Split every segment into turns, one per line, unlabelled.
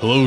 Hello,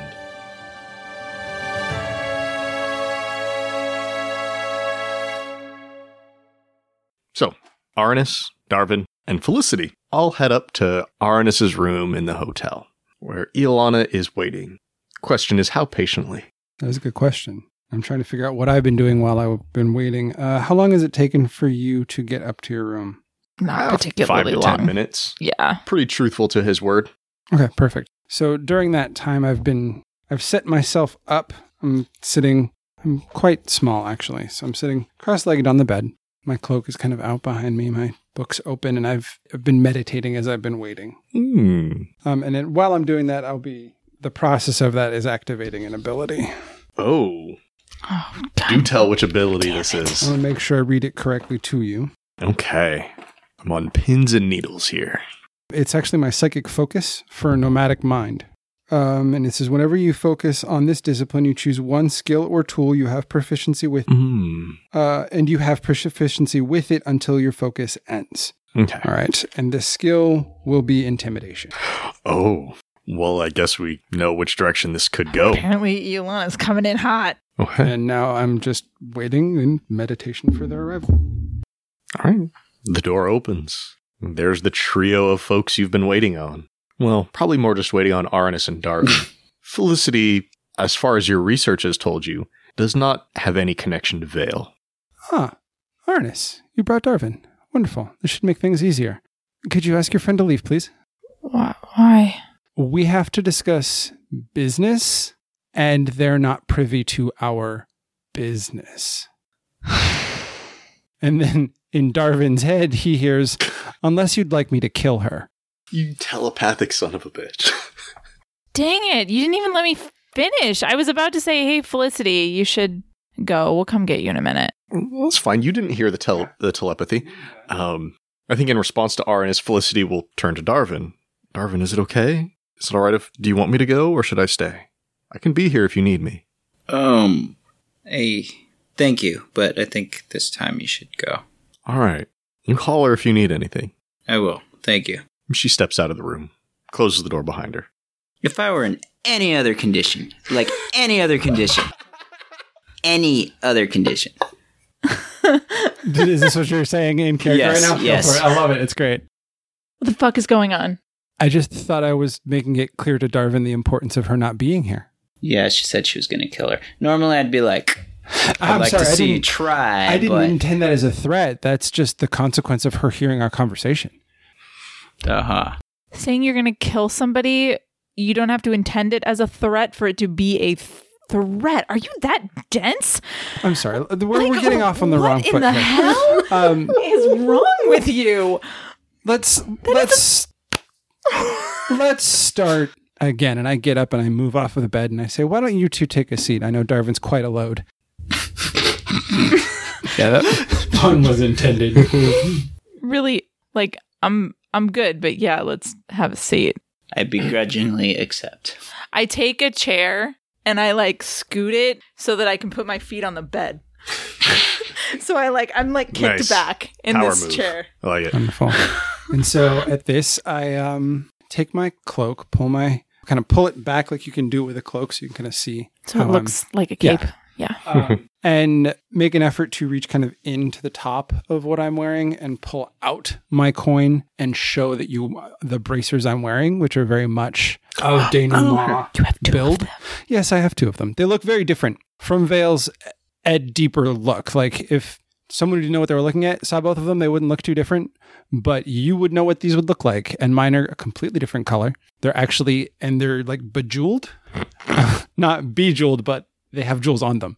So, Arnis, Darvin, and Felicity all head up to Arnis's room in the hotel, where Ilana is waiting. Question is, how patiently?
That was a good question. I'm trying to figure out what I've been doing while I've been waiting. Uh, how long has it taken for you to get up to your room?
Not
About
particularly
Ah, five to
long.
ten minutes.
Yeah.
Pretty truthful to his word.
Okay, perfect. So during that time, I've been, I've set myself up. I'm sitting, I'm quite small actually. So I'm sitting cross legged on the bed. My cloak is kind of out behind me, my book's open, and I've, I've been meditating as I've been waiting.
Hmm.
Um, and then while I'm doing that, I'll be, the process of that is activating an ability.
Oh,
Oh,
do
damn.
tell which ability this
I
is.
want to make sure I read it correctly to you.
Okay. I'm on pins and needles here.
It's actually my psychic focus for nomadic mind. Um, and it says whenever you focus on this discipline, you choose one skill or tool you have proficiency with,
Hmm.
uh, and you have proficiency with it until your focus ends.
Okay.
All right. And the skill will be intimidation.
Oh, well, I guess we know which direction this could go. Oh,
Apparently, Elana's coming in hot.
Okay.
and now I'm just waiting in meditation for their arrival.
All right. The door opens. There's the trio of folks you've been waiting on. Well, probably more just waiting on Arnis and Dark. Felicity, as far as your research has told you, does not have any connection to Vale.
Ah, Arnis, you brought Darvin. Wonderful. This should make things easier. Could you ask your friend to leave, please?
Why?
we have to discuss business and they're not privy to our business. and then in Darwin's head, he hears, unless you'd like me to kill her.
You telepathic son of a bitch.
Dang it. You didn't even let me finish. I was about to say, hey, Felicity, you should go. We'll come get you in a minute.
well, that's fine. You didn't hear the, tel- the telepathy. Um, I think in response to Arnis, Felicity will turn to Darvin. Darvin, is it okay? Is it all right if. Do you want me to go or should I stay? I can be here if you need me.
Um, hey, thank you, but I think this time you should go.
All right. You call her if you need anything.
I will. Thank you.
She steps out of the room, closes the door behind her.
If I were in any other condition, like any other condition, any other condition,
Is this what you're saying in character
Yes,
right now? Go
yes.
for it. I love it. It's great.
What the fuck is going on?
I just thought I was making it clear to Darwin the importance of her not being here.
yeah, she said she was going to kill her. Normally, I'd be like, I'd
I'm
like
sorry,
to
I
see you
didn't-
try.
I didn't
but,
intend that as a threat. That's just the consequence of her hearing our conversation.
Uh huh.
Saying you're going to kill somebody, you don't have to intend it as a threat for it to be a th- threat. Are you that dense?
I'm sorry. We're, we're
Like,
getting off on the
what
wrong
in
foot.
the
here.
hell
Um,
is wrong with you?
let's let's let's start again and i get up and i move off of the bed and i say why don't you two take a seat i know darvin's quite a load
Yeah, that,
pun was intended
Really, like, I'm. I'm good, but yeah, let's have a seat.
I begrudgingly accept.
I take a chair and I like scoot it so that I can put my feet on the bed. so I like I'm like kicked
Nice.
back in
Power
this
move.
chair.
I like it.
wonderful and so at this i um take my cloak pull my kind of pull it back like you can do it with a cloak so you can kind of see.
So
how
it
I'm-
looks like a
yeah.
cape. Yeah.
um, and make an effort to reach kind of into the top of what I'm wearing and pull out my coin and show that you the bracers I'm wearing, which are very much of denouement
You have two
build.
of them.
Yes, I have two of them. They look very different from Vale's a deeper look. Like if someone who didn't know what they were looking at saw both of them, they wouldn't look too different. But you would know what these would look like. And mine are a completely different color. They're actually and they're like bejeweled, not bejeweled, but they have jewels on them.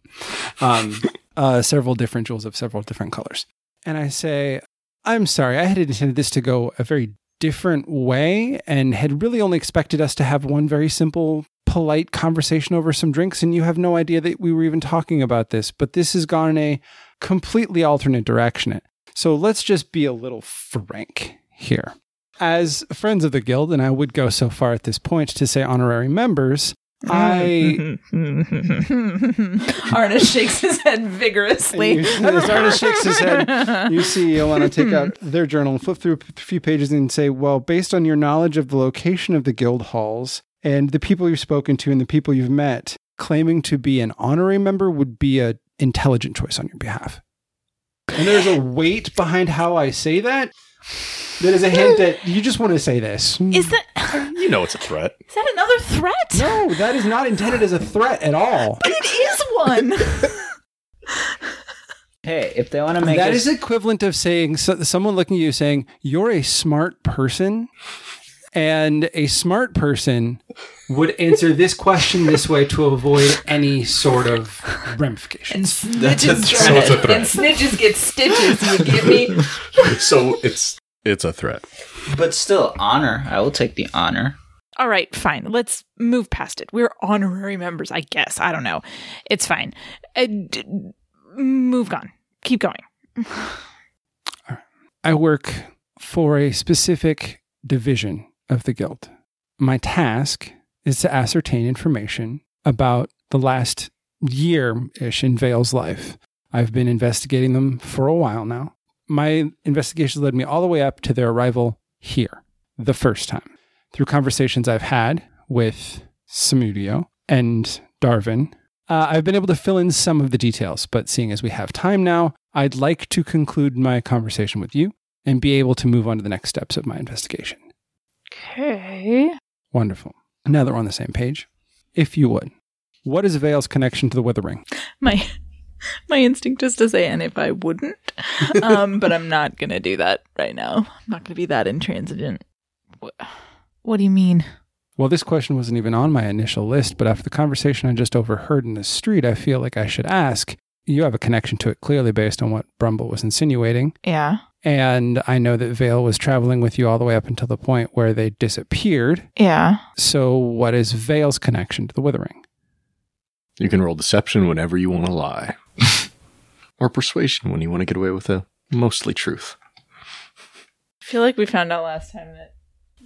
Um, uh, several different jewels of several different colors. And I say, I'm sorry, I had intended this to go a very different way and had really only expected us to have one very simple, polite conversation over some drinks. And you have no idea that we were even talking about this, but this has gone in a completely alternate direction. So let's just be a little frank here. As friends of the guild, and I would go so far at this point to say honorary members, I
Arnis shakes his head vigorously.
And you- as Arnis shakes his head, you see Yolana take out their journal, flip through a few pages, and say, Well, based on your knowledge of the location of the guild halls and the people you've spoken to and the people you've met, claiming to be an honorary member would be a intelligent choice on your behalf. And there's a weight behind how I say that. That is a hint that you just want to say this.
Is that
You know it's a threat.
is that another threat?
No, that is not intended as a threat at all.
It is one.
Hey, if they want to make
That
us-
is equivalent of saying so, someone looking at you saying you're a smart person and a smart person would answer this question this way to avoid any sort of ramification
And snitches,
a- so it's a threat.
and snitches get stitches. You get me?
So it's it's a threat.
but still honor. I will take the honor.
All right, fine. Let's move past it. We're honorary members, I guess. I don't know. It's fine. Uh, d- move on. Keep going.
I work for a specific division of the guild. My task is to ascertain information about the last year ish in Vale's life. I've been investigating them for a while now. My investigations led me all the way up to their arrival here the first time through conversations I've had with Samudio and Darvin. Uh, I've been able to fill in some of the details, but seeing as we have time now, I'd like to conclude my conversation with you and be able to move on to the next steps of my investigation.
Okay.
Wonderful. Now that we're on the same page, if you would, what is Vale's connection to the Wither Ring?
My my instinct is to say, and if I wouldn't, um, but I'm not gonna do that right now. I'm not gonna be that intransigent. What, what do you mean?
Well, this question wasn't even on my initial list, but after the conversation I just overheard in the street, I feel like I should ask. You have a connection to it clearly based on what Brumble was insinuating.
Yeah.
And I know that Vale was traveling with you all the way up until the point where they disappeared.
Yeah.
So, what is Vale's connection to the Withering?
You can roll deception whenever you want to lie, or persuasion when you want to get away with a mostly truth.
I feel like we found out last time that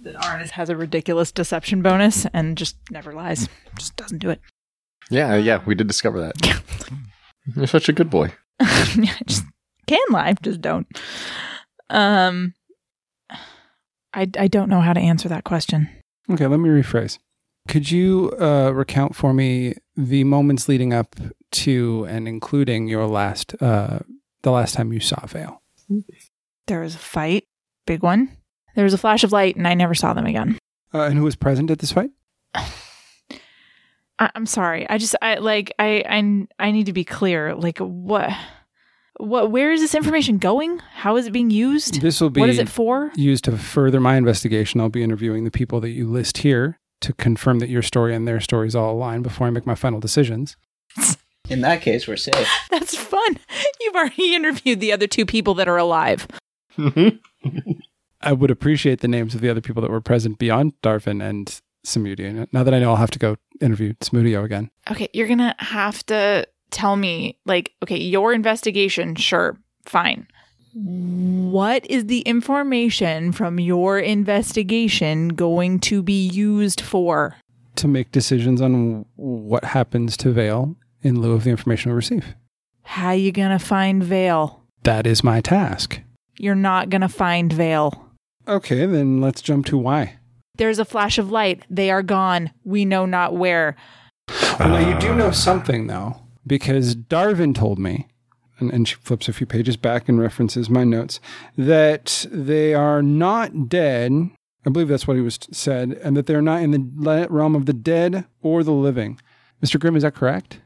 that Arnis has a ridiculous deception bonus and just never lies. Just doesn't do it.
Yeah, yeah, we did discover that. You're such a good boy.
I just can lie, just don't. Um, I I don't know how to answer that question.
Okay, let me rephrase. Could you uh, recount for me the moments leading up to and including your last, uh, the last time you saw Vale?
There was a fight, big one. There was a flash of light, and I never saw them again.
Uh, and who was present at this fight?
I, I'm sorry. I just I like I I I need to be clear. Like what what where is this information going? How is it being used?
This will be
What is it for?
used to further my investigation. I'll be interviewing the people that you list here to confirm that your story and their stories all align before I make my final decisions.
In that case, we're safe.
That's fun. You've already interviewed the other two people that are alive.
Mm-hmm.
I would appreciate the names of the other people that were present beyond Darvin and Samudio. Now that I know I'll have to go interview Samudio again.
Okay, you're gonna have to tell me, like, okay, your investigation, sure, fine. What is the information from your investigation going to be used for?
to make decisions on what happens to Vale in lieu of the information we receive.
How you gonna find Vale?
That is my task.
You're not gonna find Vale.
Okay, then let's jump to why.
There's a flash of light. They are gone. We know not where.
Well, now you do know
Uh,
something though, because Darvin told me, and, and she flips a few pages back and references my notes that they are not dead. I believe that's what he was said, and that they're not in the le- realm of the dead or the living. Mr. Grimm, is that correct?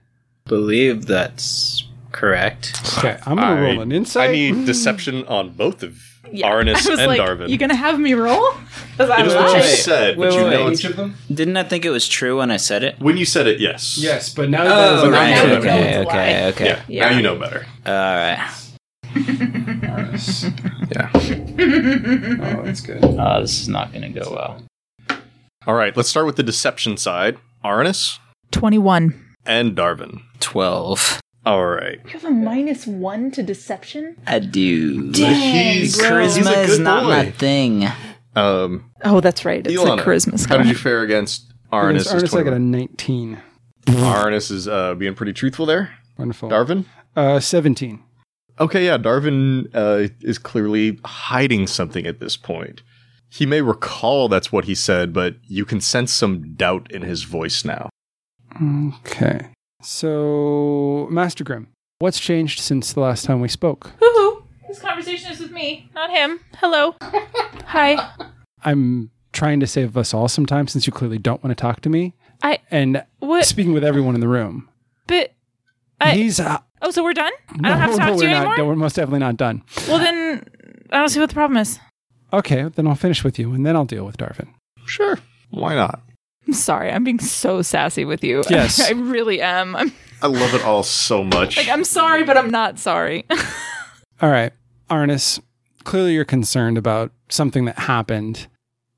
Believe that's correct.
Okay, I'm gonna roll an insight.
I need deception on both of Arnis
I was
and
like,
Darvin.
You gonna have me roll? Because I
it is
was
what you
Wait,
said,
wait,
but you
wait,
know
wait.
it's-
them?
Didn't I think it was true when I said it?
when you said it, yes.
Yes, but now that
Oh,
that is
right,
an
okay.
action,
Okay, okay,
it's
okay,
why.
okay.
Yeah. Now you know better.
All right.
Oh, that's good.
Oh, this is not going to go well.
All right, let's start with the deception side. Arnis
21.
and Darvin.
12.
All right.
You have a minus one to deception?
I do.
He's, he's
Charisma
a
is
good
not my
boy.
thing.
Um,
Oh, that's right. It's
Ilana,
a charisma
How
score.
did you fare against Arnis?
Against Arnis, I got a
21?
19.
Arnis is uh, being pretty truthful there.
Wonderful.
Darvin?
Uh, 17.
Okay, yeah, Darvin uh, is clearly hiding something at this point. He may recall that's what he said, but you can sense some doubt in his voice now.
Okay. So, Master Grim, what's changed since the last time we spoke?
Woohoo. This conversation is with me, not him. Hello. Hi.
I'm trying to save us all some time since you clearly don't want to talk to me.
I.
And
What?
speaking with everyone in the room,
But. I-
he's. Uh,
Oh, so we're done? I don't have
no,
to talk
no,
to you
we're not,
anymore?
no, we're most definitely not done.
Well, then I don't see what the problem is.
Okay, then I'll finish with you, and then I'll deal with Darvin.
Sure. Why not?
I'm sorry. I'm being so sassy with you.
Yes.
I really am. I'm
I love it all so much.
like, I'm sorry, but I'm not sorry.
All right, Arnis, clearly you're concerned about something that happened.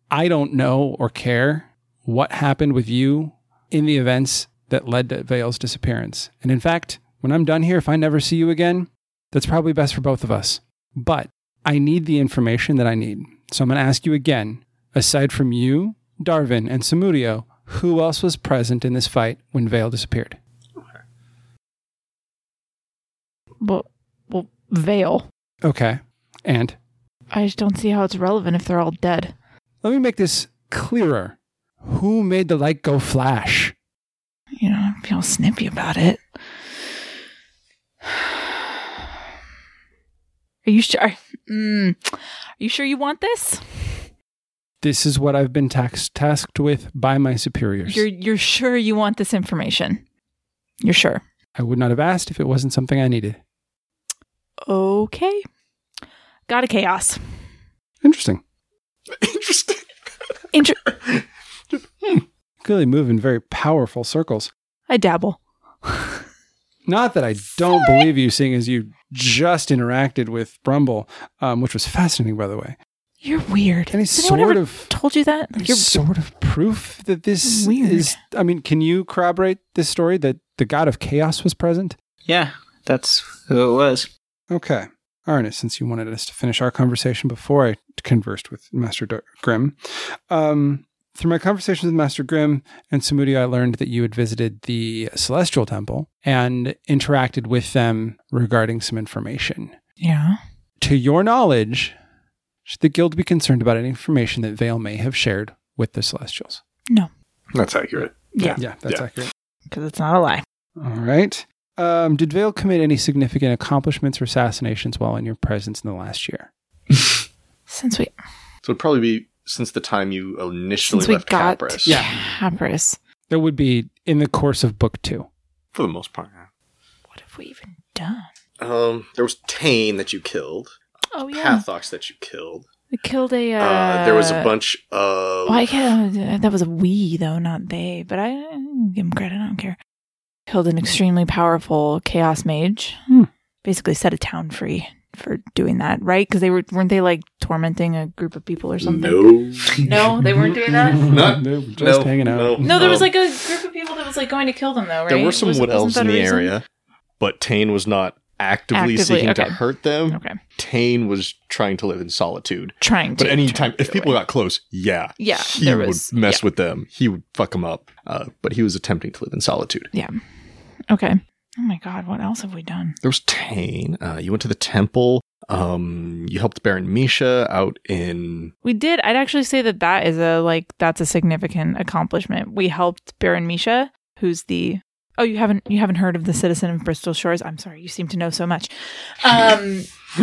I don't know or care what happened with you in the events that led to Vale's disappearance. And in fact, when I'm done here, if I never see you again, that's probably best for both of us. But I need the information that I need. So I'm going to ask you again aside from you, Darvin, and Samudio, who else was present in this fight when Vale disappeared?
well, well, Veil.
Okay. And
I just don't see how it's relevant if they're all dead.
Let me make this clearer. Who made the light go flash?
You know, I'm all snippy about it. Are you sure? Mm. Are you sure you want this?
This is what I've been tax- tasked with by my superiors.
You're you're sure you want this information? You're sure?
I would not have asked if it wasn't something I needed.
Okay. Got a chaos.
Interesting.
Interesting.
Inter-
Clearly move in very powerful circles.
I dabble.
Not that I don't believe you, seeing as you just interacted with Brumble, um, which was fascinating, by the way.
You're weird.
Any
Has anyone
sort
ever
of-
told you that?
There's
You're
sort of proof that this
Weird.
is. I mean, can you corroborate this story that the god of chaos was present?
Yeah, that's who it was.
Okay. Arnis, since you wanted us to finish our conversation before I conversed with Master Dar- Grimm, um, through my conversations with Master Grimm and Samudio, I learned that you had visited the Celestial Temple and interacted with them regarding some information.
yeah.
To your knowledge, should the Guild be concerned about any information that Vale may have shared with the Celestials?
No.
That's accurate.
Yeah.
Yeah, that's
Yeah.
accurate.
Because it's not a lie.
All right. Um, did Vale commit any significant accomplishments or assassinations while in your presence in the last year?
Since we
So it'd probably be since the time you initially
since we
left
got
Capris.
Yeah.
Capris,
That would be in the course of book two.
For the most part. yeah.
what have we even done?
Um, there was Tane that you killed.
Oh
Pathox that you killed.
we killed a. Uh,
Uh, there was a bunch of.
Well, I can't, uh, that was a we though, not they. But I give him credit. I don't care. Killed an extremely powerful chaos mage.
Hmm.
Basically, set a town free for doing that, right? Because they were weren't they like tormenting a group of people or something?
No.
No, they weren't doing that.
Not-
They were just hanging out.
No, there was
Um,
like a group of people that was like going to kill them though, right?
There were some
Was-
wood
wasn't
elves
that
in
a
the
reason?
area, but Tane was not actively,
Actively,
seeking to
okay.
hurt them.
Okay,
Tane was trying to live in solitude.
trying to.
But any time,
trying to
if
get
people
away.
got close, yeah,
Yeah,
he
there
would
was-
mess
yeah.
with them. He would fuck them up. Uh, but he was attempting to live in solitude.
yeah, okay, Oh my god, what else have we done?
There was Tane. Uh, you went to the temple. Um, you helped Baron Misha out in.
We did. I'd actually say that that is a like that's a significant accomplishment. We helped Baron Misha, who's the oh you haven't you haven't heard of the citizen of Bristol Shores. I'm sorry, you seem to know so much. Um,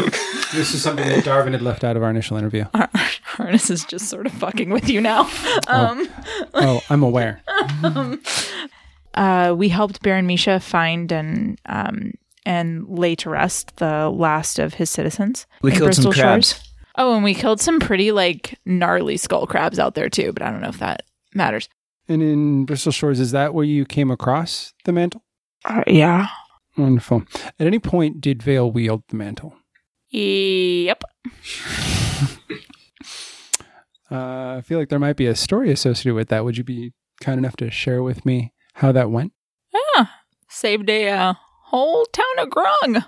This is something that Darwin had left out of our initial interview.
Har- Harness is just sort of fucking with you now. Um,
Oh, I'm aware.
uh, we helped Baron Misha find and um, and lay to rest the last of his citizens.
We
in
killed some
Bristol
crabs.
Shores. Oh, and we killed some pretty like gnarly skull crabs out there too, but I don't know if that matters.
And in Bristol Shores, is that where you came across the mantle?
Uh, yeah.
Wonderful. At any point, did Vale wield the mantle?
Yep.
Uh, I feel like there might be a story associated with that. Would you be kind enough to share with me how that went?
Saved a uh, whole town of Grung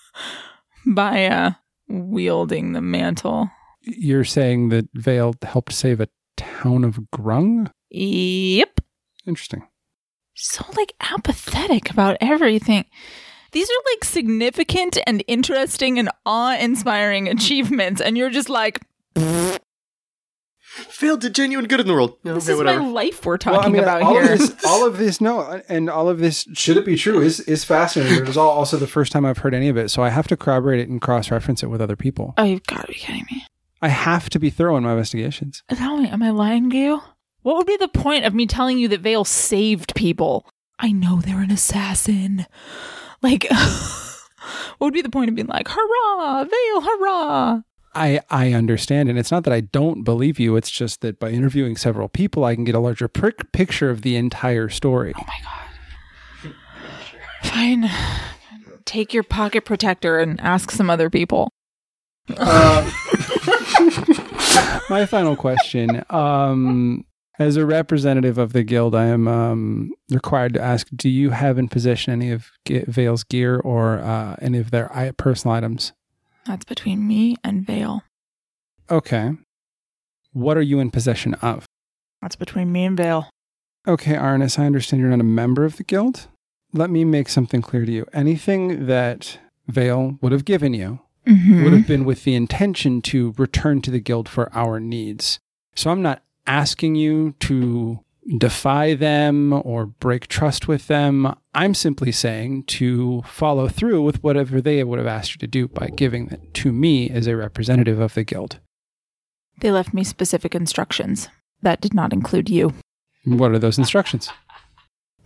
by uh, wielding the mantle.
You're saying that Vale helped save a town of Grung?
Yep.
Interesting.
so like apathetic about everything. These are like significant and interesting and awe-inspiring achievements, and you're just like,
Failed to genuine good in the world.
this
okay,
is
whatever.
my life we're talking about
all
here.
Of this, all of this, no, and all of this, should it be true, is, is fascinating. but It is all also the first time I've heard any of it, so I have to corroborate it and cross reference it with other people.
oh, you've got to be kidding me!
I have to be thorough in my investigations.
Tell me, am I lying to you? What would be the point of me telling you that Vale saved people? I know they're an assassin. Like, what would be the point of being like, hurrah, Vale, hurrah?
I, I understand, and it's not that I don't believe you, it's just that by interviewing several people, I can get a larger pric- picture of the entire story.
Oh Fine, take your pocket protector and ask some other people.
My final question. Um, as a representative of the guild, I am um, required to ask Do you have in possession any of G- Vale's gear or uh, any of their i- personal items?
That's between me and Vale.
Okay. What are you in possession of?
That's between me and Vale.
Okay, Arnis, I understand you're not a member of the guild. Let me make something clear to you. Anything that Vale would have given you
Mm-hmm.
would have been with the intention to return to the guild for our needs. So I'm not asking you to defy them or break trust with them. I'm simply saying to follow through with whatever they would have asked you to do by giving it to me as a representative of the guild.
They left me specific instructions. That did not include you.
What are those instructions?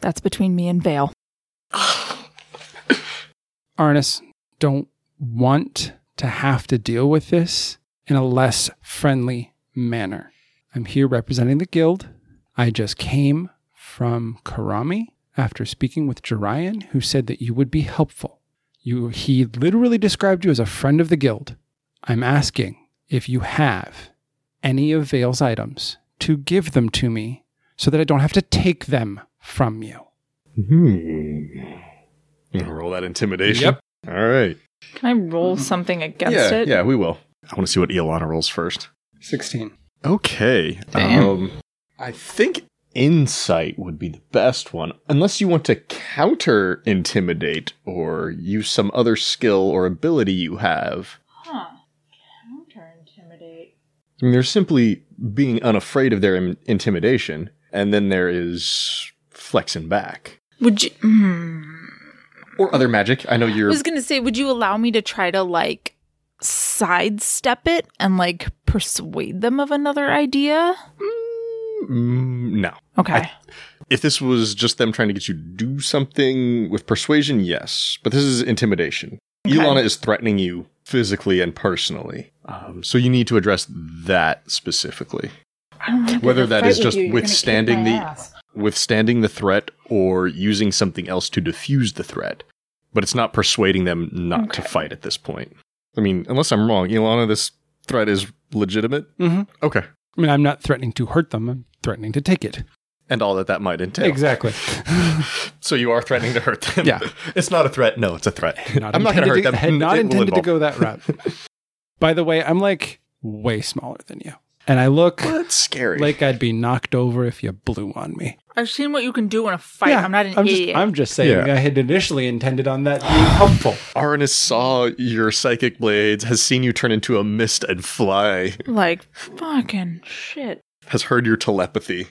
That's between me and Vale.
Arnis, don't want to have to deal with this in a less friendly manner. I'm here representing the guild. I just came from Karami after speaking with Jorian, who said that you would be helpful. You, he literally described you as a friend of the guild. I'm asking if you have any of Vale's items to give them to me so that I don't have to take them from you.
Yeah, Roll that intimidation.
Yep.
All right.
Can I roll something against
Mm-hmm. yeah,
it?
yeah, we will. I want to see what Iolana rolls first.
16.
Okay. Um, I think insight would be the best one, unless you want to counter intimidate or use some other skill or ability you have. I mean, there's simply being unafraid of their im- intimidation, and then there is flexing back
Would you? Mm,
or other magic. I know
I
you're.
was gonna say, would you allow me to try to like sidestep it and like persuade them of another idea?
Mm, no.
Okay.
If this was just them trying to get you to do something with persuasion, yes. But this is intimidation. Ilana is threatening you physically and personally. Um, so you need to address that specifically. Whether that is just withstanding the withstanding the threat or using something else to diffuse the threat. But it's not persuading them not to fight at this point. I mean, unless I'm wrong, Ilana, this threat is legitimate.
Mm-hmm.
Okay.
I mean, I'm not threatening to hurt them. I'm threatening to take it.
And all that that might entail.
Exactly.
So you are threatening to hurt them.
Yeah.
it's not a threat. No, it's a threat.
Not
I'm not going to hurt
intended
them.
to- had Not
It will
intended to
involve-
go that route. By the way, I'm like way smaller than you, and I look
Well, That's scary.
like I'd be knocked over if you blew on me.
I've seen what you can do in a fight. I'm not an
I'm
idiot.
Just, I'm just saying
Yeah.
I had initially intended on that being helpful.
Arnis saw your psychic blades, has seen you turn into a mist and fly,
like fucking shit.
has heard your telepathy.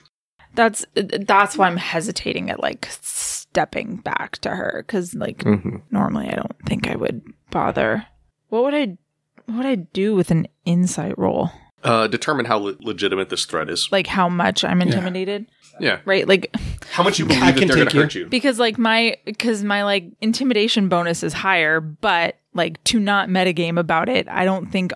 That's that's why I'm hesitating at like stepping back to her because like
Mm-hmm.
normally I don't think I would bother. What would I what would I do with an insight roll?
Uh, determine how le- legitimate this threat is.
Like how much I'm intimidated,
Yeah.
right? Like
How much you believe
I
that
can
they're going
take
to
you.
hurt you.
because like my because my like intimidation bonus is higher, but like to not metagame about it, I don't think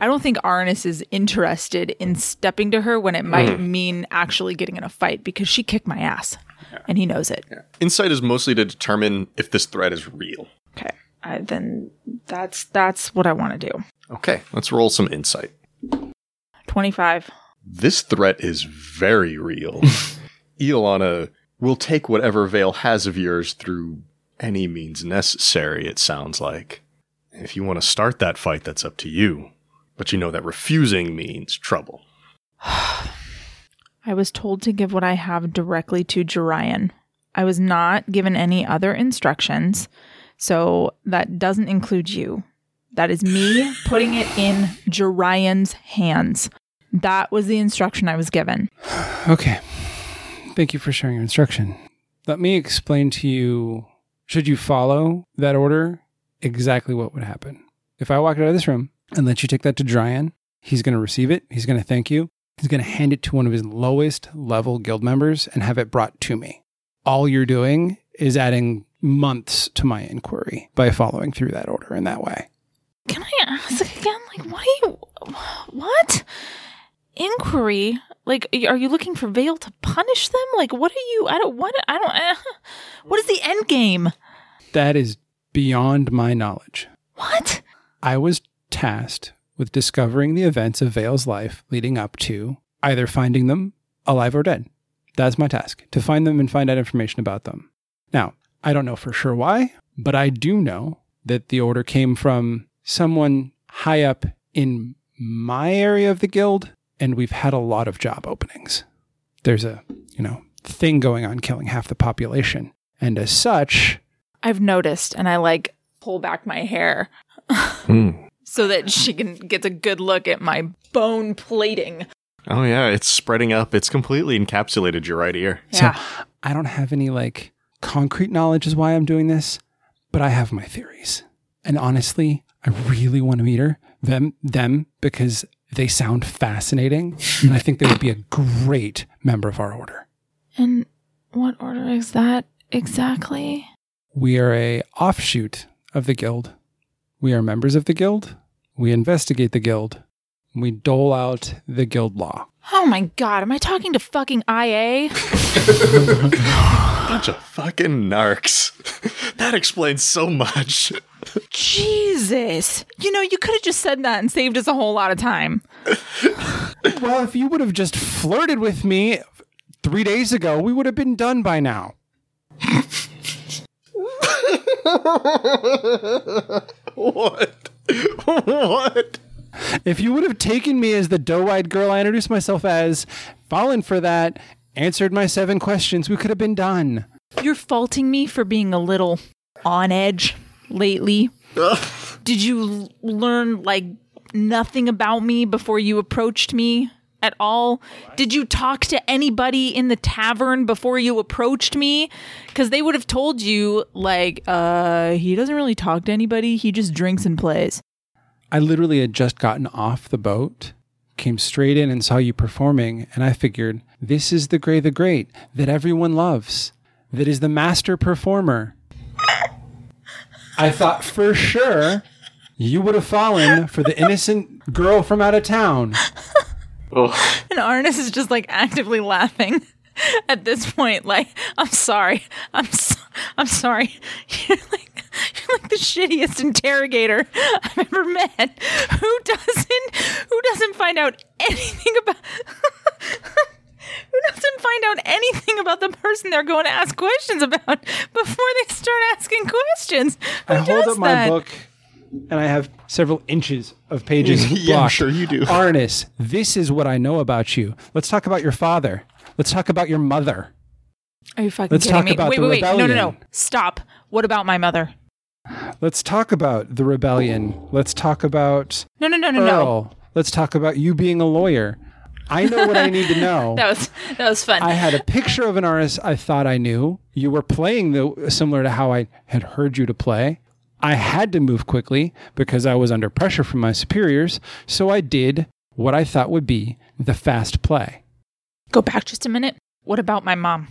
I don't think Arnis is interested in stepping to her when it might mean actually getting in a fight because she kicked my ass, and he knows it.
Insight is mostly to determine if this threat is real.
Okay, I, then that's that's what I want to do.
Okay, let's roll some insight.
Twenty five.
This threat is very real. Iolana will take whatever Veil has of yours through any means necessary, it sounds like. If you want to start that fight, that's up to you. But you know that refusing means trouble.
I was told to give what I have directly to Jerian. I was not given any other instructions, so that doesn't include you. That is me putting it in Jerian's hands. That was the instruction I was given.
Okay. Thank you for sharing your instruction. Let me explain to you should you follow that order, exactly what would happen. If I walked out of this room and let you take that to Dryan, he's going to receive it. He's going to thank you. He's going to hand it to one of his lowest level guild members and have it brought to me. All you're doing is adding months to my inquiry by following through that order in that way.
Can I ask again? Like, what do you. What? Inquiry? Like, are you looking for Vale to punish them? Like, what are you. I don't. What? I don't. Uh, what is the end game?
That is beyond my knowledge.
What?
I was tasked with discovering the events of Vale's life leading up to either finding them alive or dead. That's my task, to find them and find out information about them. Now, I don't know for sure why, but I do know that the order came from someone high up in my area of the guild, and we've had a lot of job openings. There's a, you know, thing going on killing half the population. And as such,
I've noticed, and I like pull back my hair
Hmm.
so that she can gets a good look at my bone plating.
Oh, yeah, it's spreading up. It's completely encapsulated your right ear.
Yeah,
So I don't have any like concrete knowledge as why I'm doing this, but I have my theories. And honestly, I really want to meet her, them, them, because they sound fascinating, and I think they would be a great member of our order.
and what order is that exactly?
We are a offshoot of the guild. We are members of the guild. We investigate the guild. We dole out the guild law.
Oh my god, am I talking to fucking IA?
Bunch of fucking narcs. that explains so much.
Jesus, you know you could have just said that and saved us a whole lot of time.
Well, if you would have just flirted with me three days ago, we would have been done by now.
what? what?
If you would have taken me as the doe-eyed girl I introduced myself as, fallen for that, answered my seven questions, we could have been done.
You're faulting me for being a little on edge lately. Did you l- learn like nothing about me before you approached me at all? Did you talk to anybody in the tavern before you approached me? Cuz they would have told you like uh he doesn't really talk to anybody, he just drinks and plays.
I literally had just gotten off the boat, came straight in and saw you performing, and I figured this is the Grey the Great that everyone loves, that is the master performer. I thought for sure you would have fallen for the innocent girl from out of town.
And Arnis is just like actively laughing. At this point, like, I'm sorry, I'm, so- I'm sorry. You're like, you're like the shittiest interrogator I've ever met. Who doesn't, who doesn't find out anything about, who doesn't find out anything about the person they're going to ask questions about before they start asking questions? Who
I hold
does
up my
that?
book and I have several inches of pages blocked.
Yeah, I'm sure you do.
Arnis, this is what I know about you. Let's talk about your father. Let's talk about your mother.
Are you fucking
Let's
kidding
talk
me?
about
wait,
the
wait, wait. No, no, no.
rebellion.
Stop. What about my mother?
Let's talk about the rebellion. Let's talk about
No, no, no, no, no.
Earl. Let's talk about you being a lawyer. I know what I need to know.
That was that was fun.
I had a picture of an artist I thought I knew. You were playing the similar to how I had heard you to play. I had to move quickly because I was under pressure from my superiors, so I did what I thought would be the fast play.
Go back just a minute. What about my mom?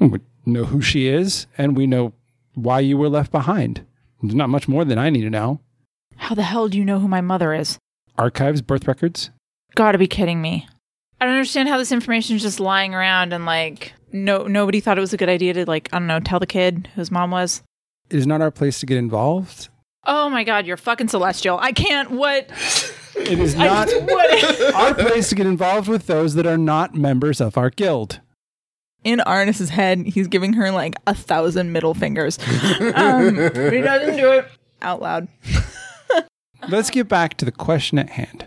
We know who she is, and we know why you were left behind. There's not much more than I need to know.
How the hell do you know who my mother is?
Archives, birth records.
Gotta be kidding me. I don't understand how this information is just lying around and like no nobody thought it was a good idea to like I don't know tell the kid whose mom was.
It is not our place to get involved.
Oh my god, you're fucking celestial. I can't. What?
It is
I-
not
what?
our place to get involved with those that are not members of our guild.
In Arnis's head, he's giving her like a thousand middle fingers. Um, but he doesn't do it out loud.
Let's get back to the question at hand.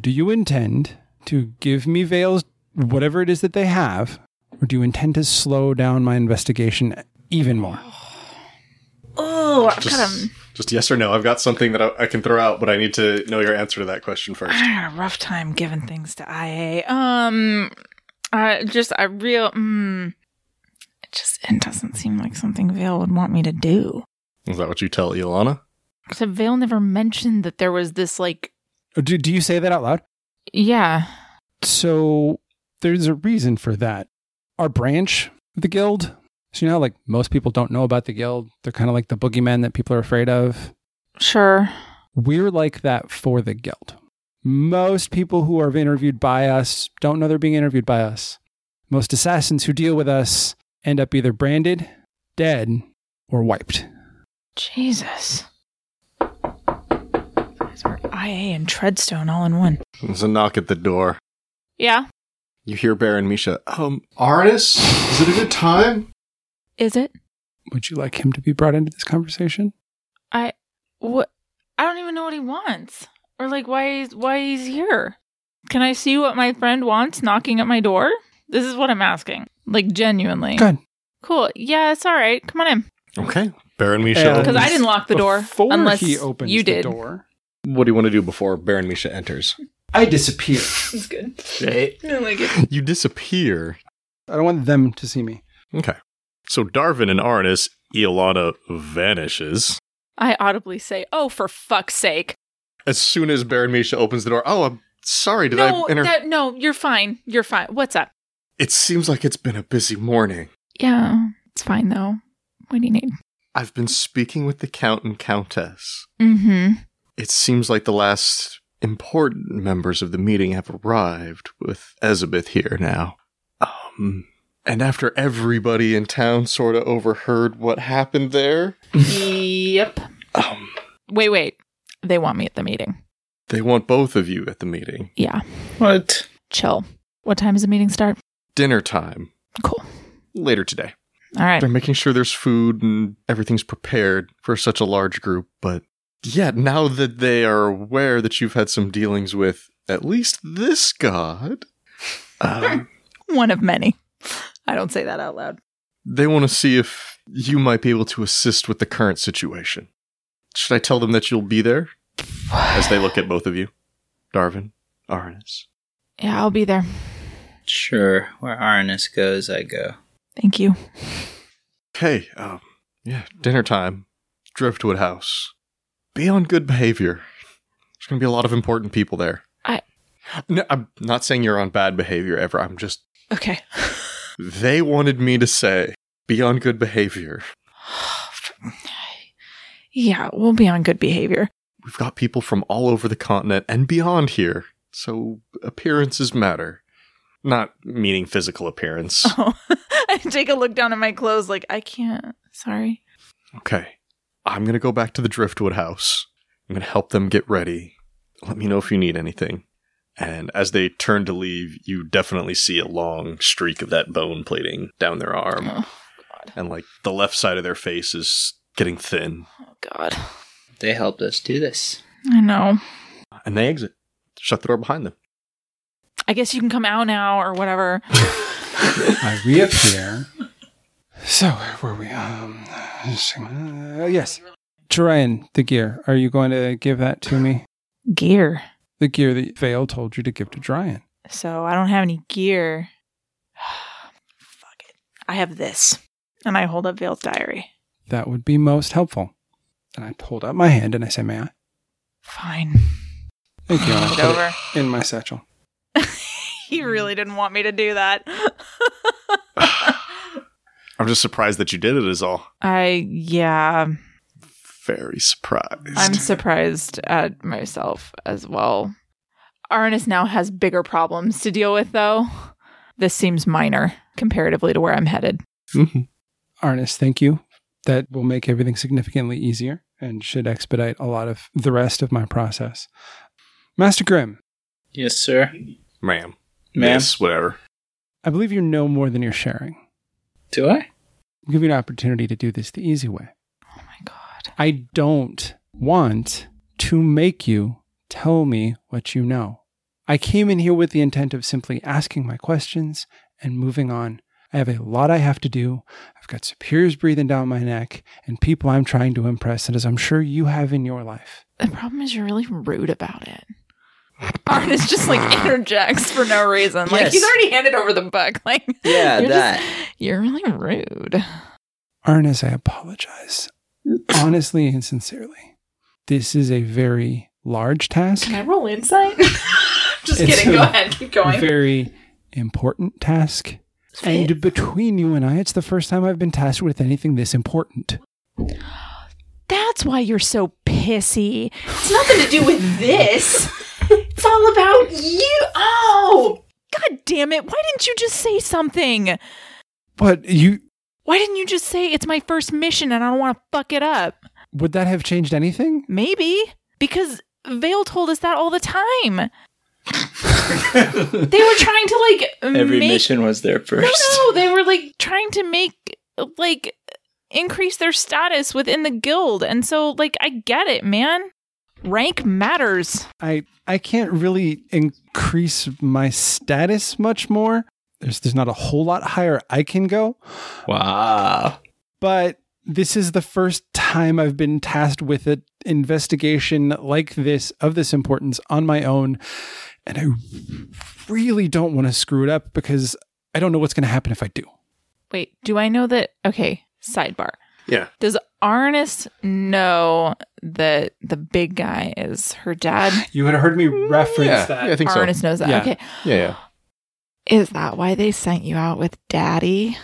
Do you intend to give me Vale's whatever it is that they have, or do you intend to slow down my investigation even more?
Oh, I've got
Just,
a,
just yes or no. I've got something that I, I can throw out, but I need to know your answer to that question first.
I had a rough time giving things to IA. Um, I just I real mm, it just it doesn't seem like something Vale would want me to do.
Is that what you tell Ilana?
Except Vale never mentioned that there was this like
Or Do, do you say that out loud?
yeah.
So there's a reason for that. Our branch, of the guild. So you know, how, like most people don't know about the guild. They're kind of like the boogeyman that people are afraid of.
Sure.
We're like that for the guild. Most people who are interviewed by us don't know they're being interviewed by us. Most assassins who deal with us end up either branded, dead, or wiped.
Jesus. These were IA and Treadstone all in one.
There's a knock at the door.
Yeah.
You hear Baron Misha. Um,
Arnis, is it a good time?
Is it?
Would you like him to be brought into this conversation?
I what? I don't even know what he wants, or like why he's why he's here. Can I see what my friend wants knocking at my door? This is what I'm asking, like genuinely.
Good.
Cool. Yeah, it's all right. Come on in.
okay.
Baron Misha.
And
Because I didn't lock the door,
Um, before
unless
he opens
you
the
did.
door.
What do you want to do before Baron Misha enters?
I disappear.
It's good.
Right.
I like it.
You disappear.
I don't want them to see me.
Okay. So Darvin and Arnis, Ilana vanishes.
I audibly say, "Oh, for fuck's sake!"
As soon as Baron Misha opens the door, oh, I'm sorry, did
no,
I enter?
that, no, you're fine. You're fine. What's up?
it seems like it's been a busy morning.
Yeah, it's fine though. What do you need?
I've been speaking with the Count and Countess.
Mm-hmm.
It seems like the last important members of the meeting have arrived with Elizabeth here now. Um, and after everybody in town sort of overheard what happened there,
Yep.
um,
Wait, wait. They want me at the meeting.
they want both of you at the meeting.
Yeah.
What?
Chill. What time does the meeting start?
Dinner time
Cool.
later today.
All right.
They're making sure there's food and everything's prepared for such a large group. But yeah, now that they are aware that you've had some dealings with at least this god, um,
One of many. I don't say that out loud.
they want to see if you might be able to assist with the current situation. Should I tell them that you'll be there? As they look at both of you, Darvin, Arnis.
Yeah, I'll be there.
Sure. Where Arnis goes, I go.
Thank you.
Hey, um, yeah, dinner time, Driftwood House. Be on good behavior. There's going to be a lot of important people there.
I-
No, I'm not saying you're on bad behavior ever. I'm just.
Okay.
They wanted me to say, be on good behavior.
Yeah, we'll be on good behavior.
We've got people from all over the continent and beyond here, so appearances matter. Not meaning physical appearance.
Oh, I take a look down at my clothes like, I can't. Sorry.
Okay. I'm going to go back to the Driftwood house. I'm going to help them get ready. Let me know if you need anything. And as they turn to leave, you definitely see a long streak of that bone plating down their arm.
Oh,
And like the left side of their face is getting thin.
Oh, God.
They helped us do this.
I know.
And they exit. Shut the door behind them.
I guess you can come out now or whatever.
I reappear So where were we? Um, uh, yes, Jorian, the gear. Are you going to give that to me?
Gear.
The gear that Vale told you to give to Jorian.
So I don't have any gear. Fuck it. I have this. And I hold up Vale's diary.
That would be most helpful. And I hold up my hand and I say, "May I?"
Fine.
Thank you. and I
Get
put it
over.
in my satchel.
He really didn't want me to do that.
I'm just surprised that you did it, is all.
I, yeah,
Very surprised.
I'm surprised at myself as well. Arnis now has bigger problems to deal with, though. This seems minor comparatively to where I'm headed.
Mhm.
Arnis, thank you. That will make everything significantly easier and should expedite a lot of the rest of my process. Master Grimm,
Yes, sir.
Ma'am.
Ma'am.
Miss, whatever.
I believe you know more than you're sharing.
Do I?
I'll give you an opportunity to do this the easy way.
Oh my god.
I don't want to make you tell me what you know. I came in here with the intent of simply asking my questions and moving on. I have a lot I have to do. I've got superiors breathing down my neck and people I'm trying to impress, and as I'm sure you have in your life.
The problem is you're really rude about it. Arnis just like interjects for no reason. Like
Yes.
he's already handed over the buck. Like
Yeah,
you're just-
that.
you're really rude.
Arnis, I apologize. Honestly and sincerely. This is a very large task,
Can I roll insight? Just
It's
kidding. Go
a
ahead. Keep going.
very important task. And between you and I, it's the first time I've been tasked with anything this important.
That's why you're so pissy.
It's nothing to do with this. It's all about you. Oh,
God damn it. Why didn't you just say something?
But you
Why didn't you just say it's my first mission and I don't want to fuck it up?
would that have changed anything?
Maybe. Because Vale told us that all the time. they were trying to like
Every
make,
mission was there
No,
first.
no, they were like trying to make like increase their status within the guild, and so like I get it, man. Rank matters.
I I can't really increase my status much more. There's there's not a whole lot higher I can go.
Wow.
but this is the first time I've been tasked with an investigation like this of this importance on my own. And I really don't want to screw it up because I don't know what's going to happen if I do.
Wait, do I know that? Okay, sidebar.
Yeah.
Does Arnis know that the big guy is her dad?
You had heard me reference
yeah, yeah, I think so.
Arnis knows that.
Yeah.
Okay.
Yeah, yeah.
Is that why they sent you out with daddy?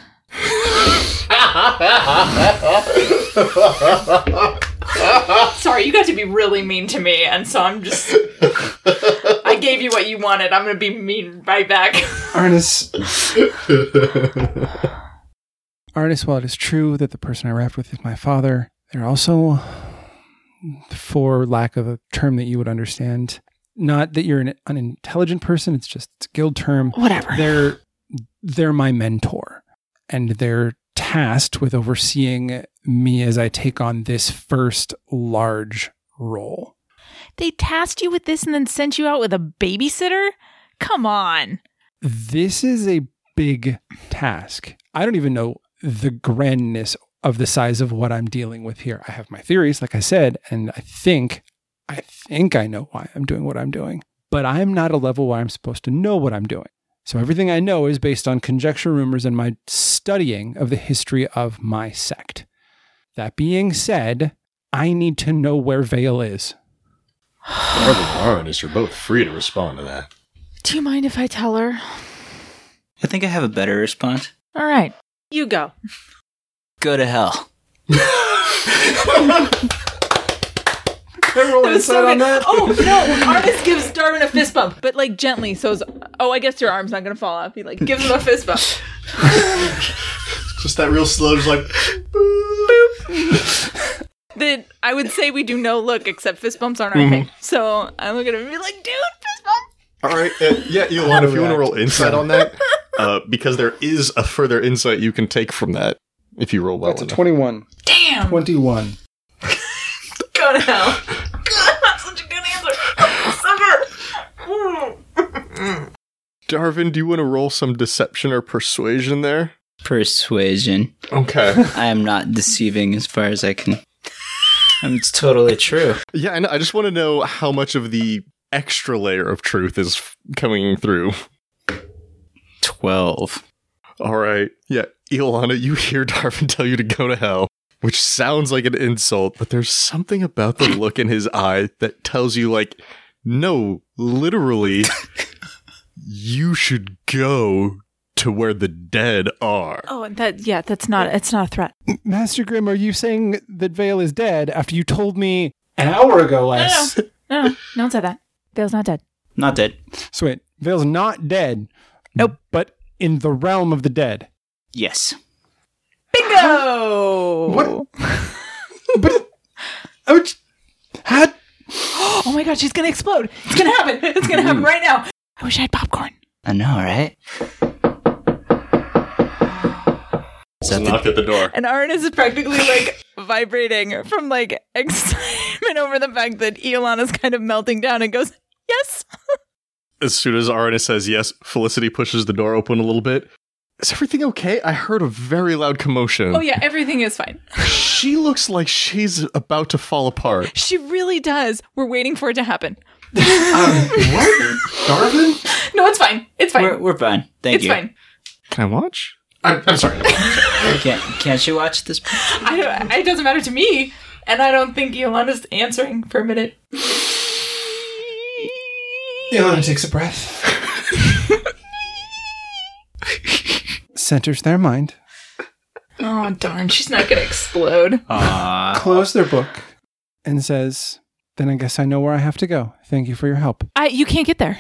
sorry. You got to be really mean to me, and so I'm just. I gave you what you wanted. I'm gonna be mean right back.
Arnis. Arnis, while it is true that the person I rapped with is my father, they're also, for lack of a term that you would understand, not that you're an, an intelligent person, it's just it's a guild term.
Whatever.
they're they're my mentor and they're tasked with overseeing me as I take on this first large role.
They tasked you with this and then sent you out with a babysitter? Come on.
This is a big task. I don't even know the grandness of the size of what I'm dealing with here. I have my theories like I said and I think I think I know why I'm doing what I'm doing, but I'm not a level where I'm supposed to know what I'm doing. So everything I know is based on conjecture, rumors, and my studying of the history of my sect. That being said, I need to know where Vale is.
Barb and Aranis are both free to respond to that.
Do you mind if I tell her?
I think I have a better response.
All right. You go.
Go to hell.
Oh no!
Arnis gives Darwin a fist bump, but like gently. So, it's- oh, I guess your arm's not gonna fall off. He like
Give him a fist bump.
Just that real slow, just like.
Then I would say we do no look except fist bumps aren't our
Mm-hmm.
thing. So I look at him and be like, dude, fist bump.
All right. Uh, yeah, Elon, if you want to roll insight on that, uh, because there is a further insight you can take from that if you roll well enough.
21.
Damn.
21.
Go to hell. God, that's such a good answer. Sucker.
Darvin, do you want to roll some deception or persuasion there?
Persuasion.
Okay.
I am not deceiving as far as I can. Um, it's totally true.
yeah, I, know. I just want to know how much of the extra layer of truth is f- coming through.
12.
All right. Yeah, Ilana, you hear Darvin tell you to go to hell, which sounds like an insult, but there's something about the look in his eye that tells you, like, no, literally, you should go to where the dead are.
Oh, and that yeah, that's not it's not a threat.
Master Grimm, are you saying that Vale is dead after you told me an hour ago less?
No, no, no one said that. Bale's not dead.
Not dead.
So wait, Vale's not dead.
Nope.
But in the realm of the dead.
Yes.
Bingo!
What? but ouch. Had
Oh my god, she's gonna explode! It's gonna happen! It's gonna happen right now! I wish I had popcorn.
I know, right? Is that the-
Knock at the door.
And Arnis is practically like vibrating from like excitement over the fact that Iolana's kind of melting down and goes, Yes!
As soon as Arna says yes, Felicity pushes the door open a little bit. Is everything okay? I heard a very loud commotion.
Oh yeah, everything is fine.
She looks like she's about to fall apart.
She really does. We're waiting for it to happen.
what? Darvin?
No, it's fine. It's fine.
We're, we're fine. Thank
it's
you.
fine.
Can I watch?
I'm, I'm sorry.
Can't, can't you watch this?
I don't, it doesn't matter to me. And I don't think Yolanda's answering for a minute.
Ilana takes a breath.
centers their mind.
Oh, darn. She's not going to explode.
Aw.
Close their book.
and says, Then I guess I know where I have to go. Thank you for your help.
I you can't get there.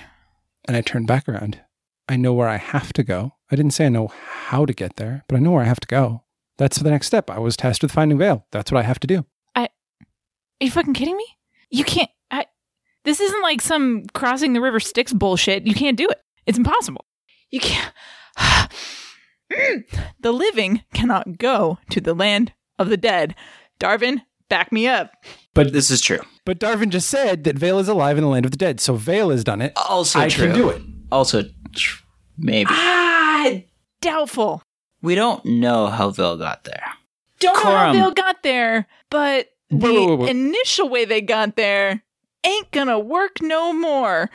And I turn back around. I know where I have to go. I didn't say I know how to get there, but I know where I have to go. That's the next step. I was tasked with finding Vale. That's what I have to do.
Are you fucking kidding me? You can't I this isn't like some crossing the river Styx bullshit. You can't do it. It's impossible. You can't Mm. The living cannot go to the land of the dead. Darvin, back me up.
This is true.
But Darvin just said that Vale is alive in the land of the dead, so Vale has done it.
Also
I
true.
can do it.
Also, tr- maybe.
Ah,
Doubtful.
We don't know how Vil got there.
Don't know how
Corum.
Bill got there, but the
Wait, wait, wait, wait.
initial way they got there ain't gonna work no more.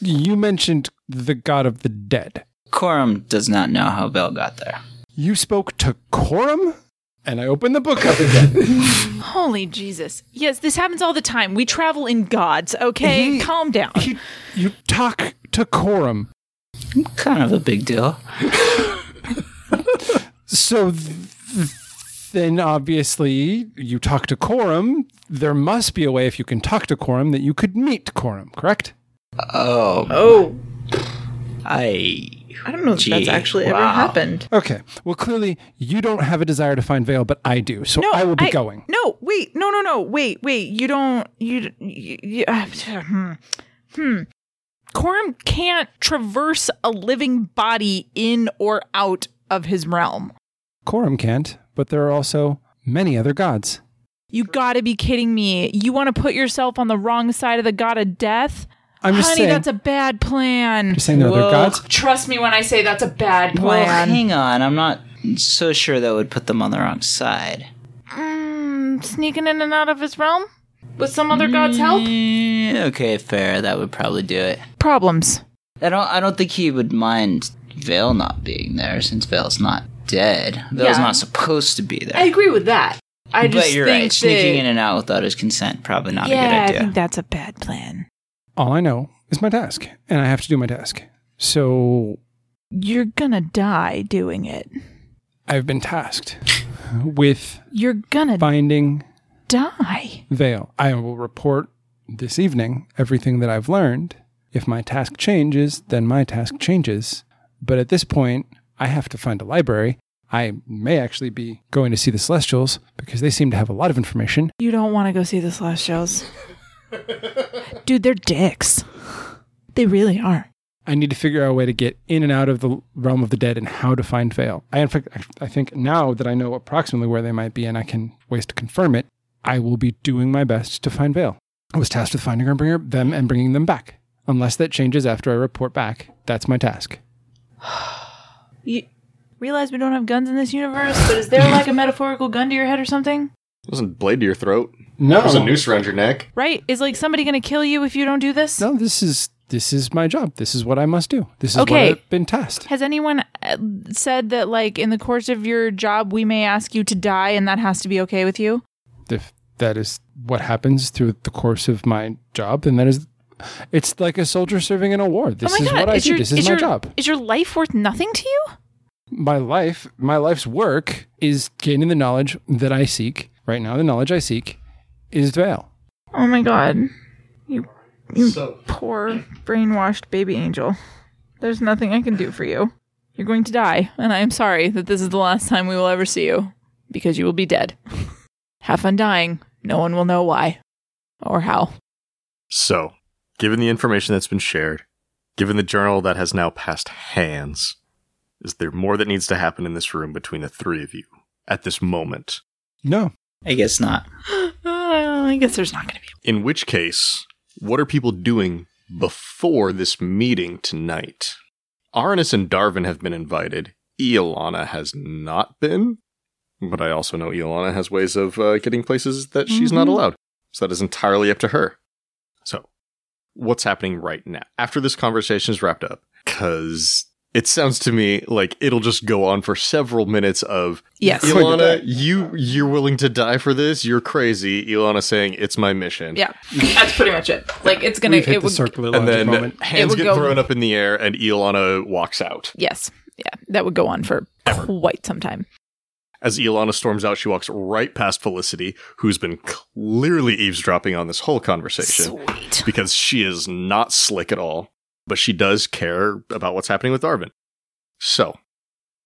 You mentioned the god of the dead.
Corum does not know how Vil got there.
You spoke to Coram? And I open the book up again.
Holy Jesus. Yes, this happens all the time. We travel in gods, okay? Calm down.
He- you talk to Coram.
Kind of a big deal.
So th- then, obviously, you talk to Quorum. There must be a way, if you can talk to Quorum, that you could meet Quorum, correct?
Oh,
Oh,
I.
I don't know if
Gee,
that's actually ever
wow.
happened.
Okay. Well, clearly, you don't have a desire to find Vale, but I do. So I will be going.
No, wait, no, no, no, wait, wait. You don't. You. you, you uh, hmm. hmm. Corum can't traverse a living body in or out of his realm.
Quorum can't, but there are also many other gods.
You gotta be kidding me. You want to put yourself on the wrong side of the god of death?
I'm just
Honey,
saying.
that's a bad plan.
just saying there are other
Whoa.
gods.
Trust me when I say that's a bad
Well,
plan.
hang on. I'm not so sure that would put them on the wrong side.
Mm, sneaking in and out of his realm? With some other
Mm.
god's help?
Eh, okay, fair. That would probably do it.
Problems.
I don't. I don't think he would mind Vale not being there since Vale's not dead. Vale's
Yeah.
not supposed to be there.
I agree with that. I just
but you're
think
right. Sneaking
that-
in and out without his consent probably not
yeah,
a
I
good idea.
think that's a bad plan.
All I know is my task, and I have to do my task. So
You're gonna die doing it.
I've been tasked with
You're gonna
finding
die.
Vale, I will report this evening everything that I've learned. If my task changes, then my task changes. But at this point, I have to find a library. I may actually be going to see the Celestials because they seem to have a lot of information.
You don't want to go see the Celestials. Dude, they're dicks. They really are.
I need to figure out a way to get in and out of the realm of the dead and how to find Vale. I, in fact, I think now that I know approximately where they might be and I can ways to confirm it, I will be doing my best to find Vale. I was tasked with finding her and bring her, them and bringing them back. Unless that changes after I report back, that's my task.
realize we don't have guns in this universe, but is there like a metaphorical gun to your head or something?
Wasn't blade to your throat.
No.
There's a noose around your neck.
Right? Is like somebody going to kill you if you don't do this?
No, this is this is my job. This is what I must do. This is
Okay.
what I've been tasked.
Has anyone uh, said that like in the course of your job we may ask you to die and that has to be okay with you?
If that is what happens through the course of my job, then that is it's like a soldier serving in a war.
Oh
This is what I do. this is my
your,
job.
Is your life worth nothing to you?
My life, my life's work is gaining the knowledge that I seek. Right now the knowledge I seek is Vale.
Oh my god. You you poor brainwashed baby angel. There's nothing I can do for you. You're going to die, and I am sorry that this is the last time we will ever see you because you will be dead. Have fun dying. No one will know why or how.
So, given the information that's been shared, given the journal that has now passed hands, is there more that needs to happen in this room between the three of you at this moment?
No.
I guess not.
Uh, I guess there's not going to be.
In which case, what are people doing before this meeting tonight? Arnis and Darvin have been invited. Iolana has not been, but I also know Iolana has ways of uh, getting places that she's not allowed. So that is entirely up to her. So, what's happening right now after this conversation is wrapped up? Because it sounds to me like it'll just go on for several minutes of
Yes.
Ilana, you you're willing to die for this? You're crazy. Ilana saying it's my mission.
Yeah.
That's pretty much it.
Like it's going
We've
to
hit
it
the
would
circle of
And
logic
then
moment.
It
hands
would
get
go-
thrown up in the air, and Ilana walks out.
Yes. Yeah. That would go on for quite some time.
As Ilana storms out, she walks right past Felicity, who's been clearly eavesdropping on this whole conversation
Sweet.
because she is not slick at all, but she does care about what's happening with Arvin. So,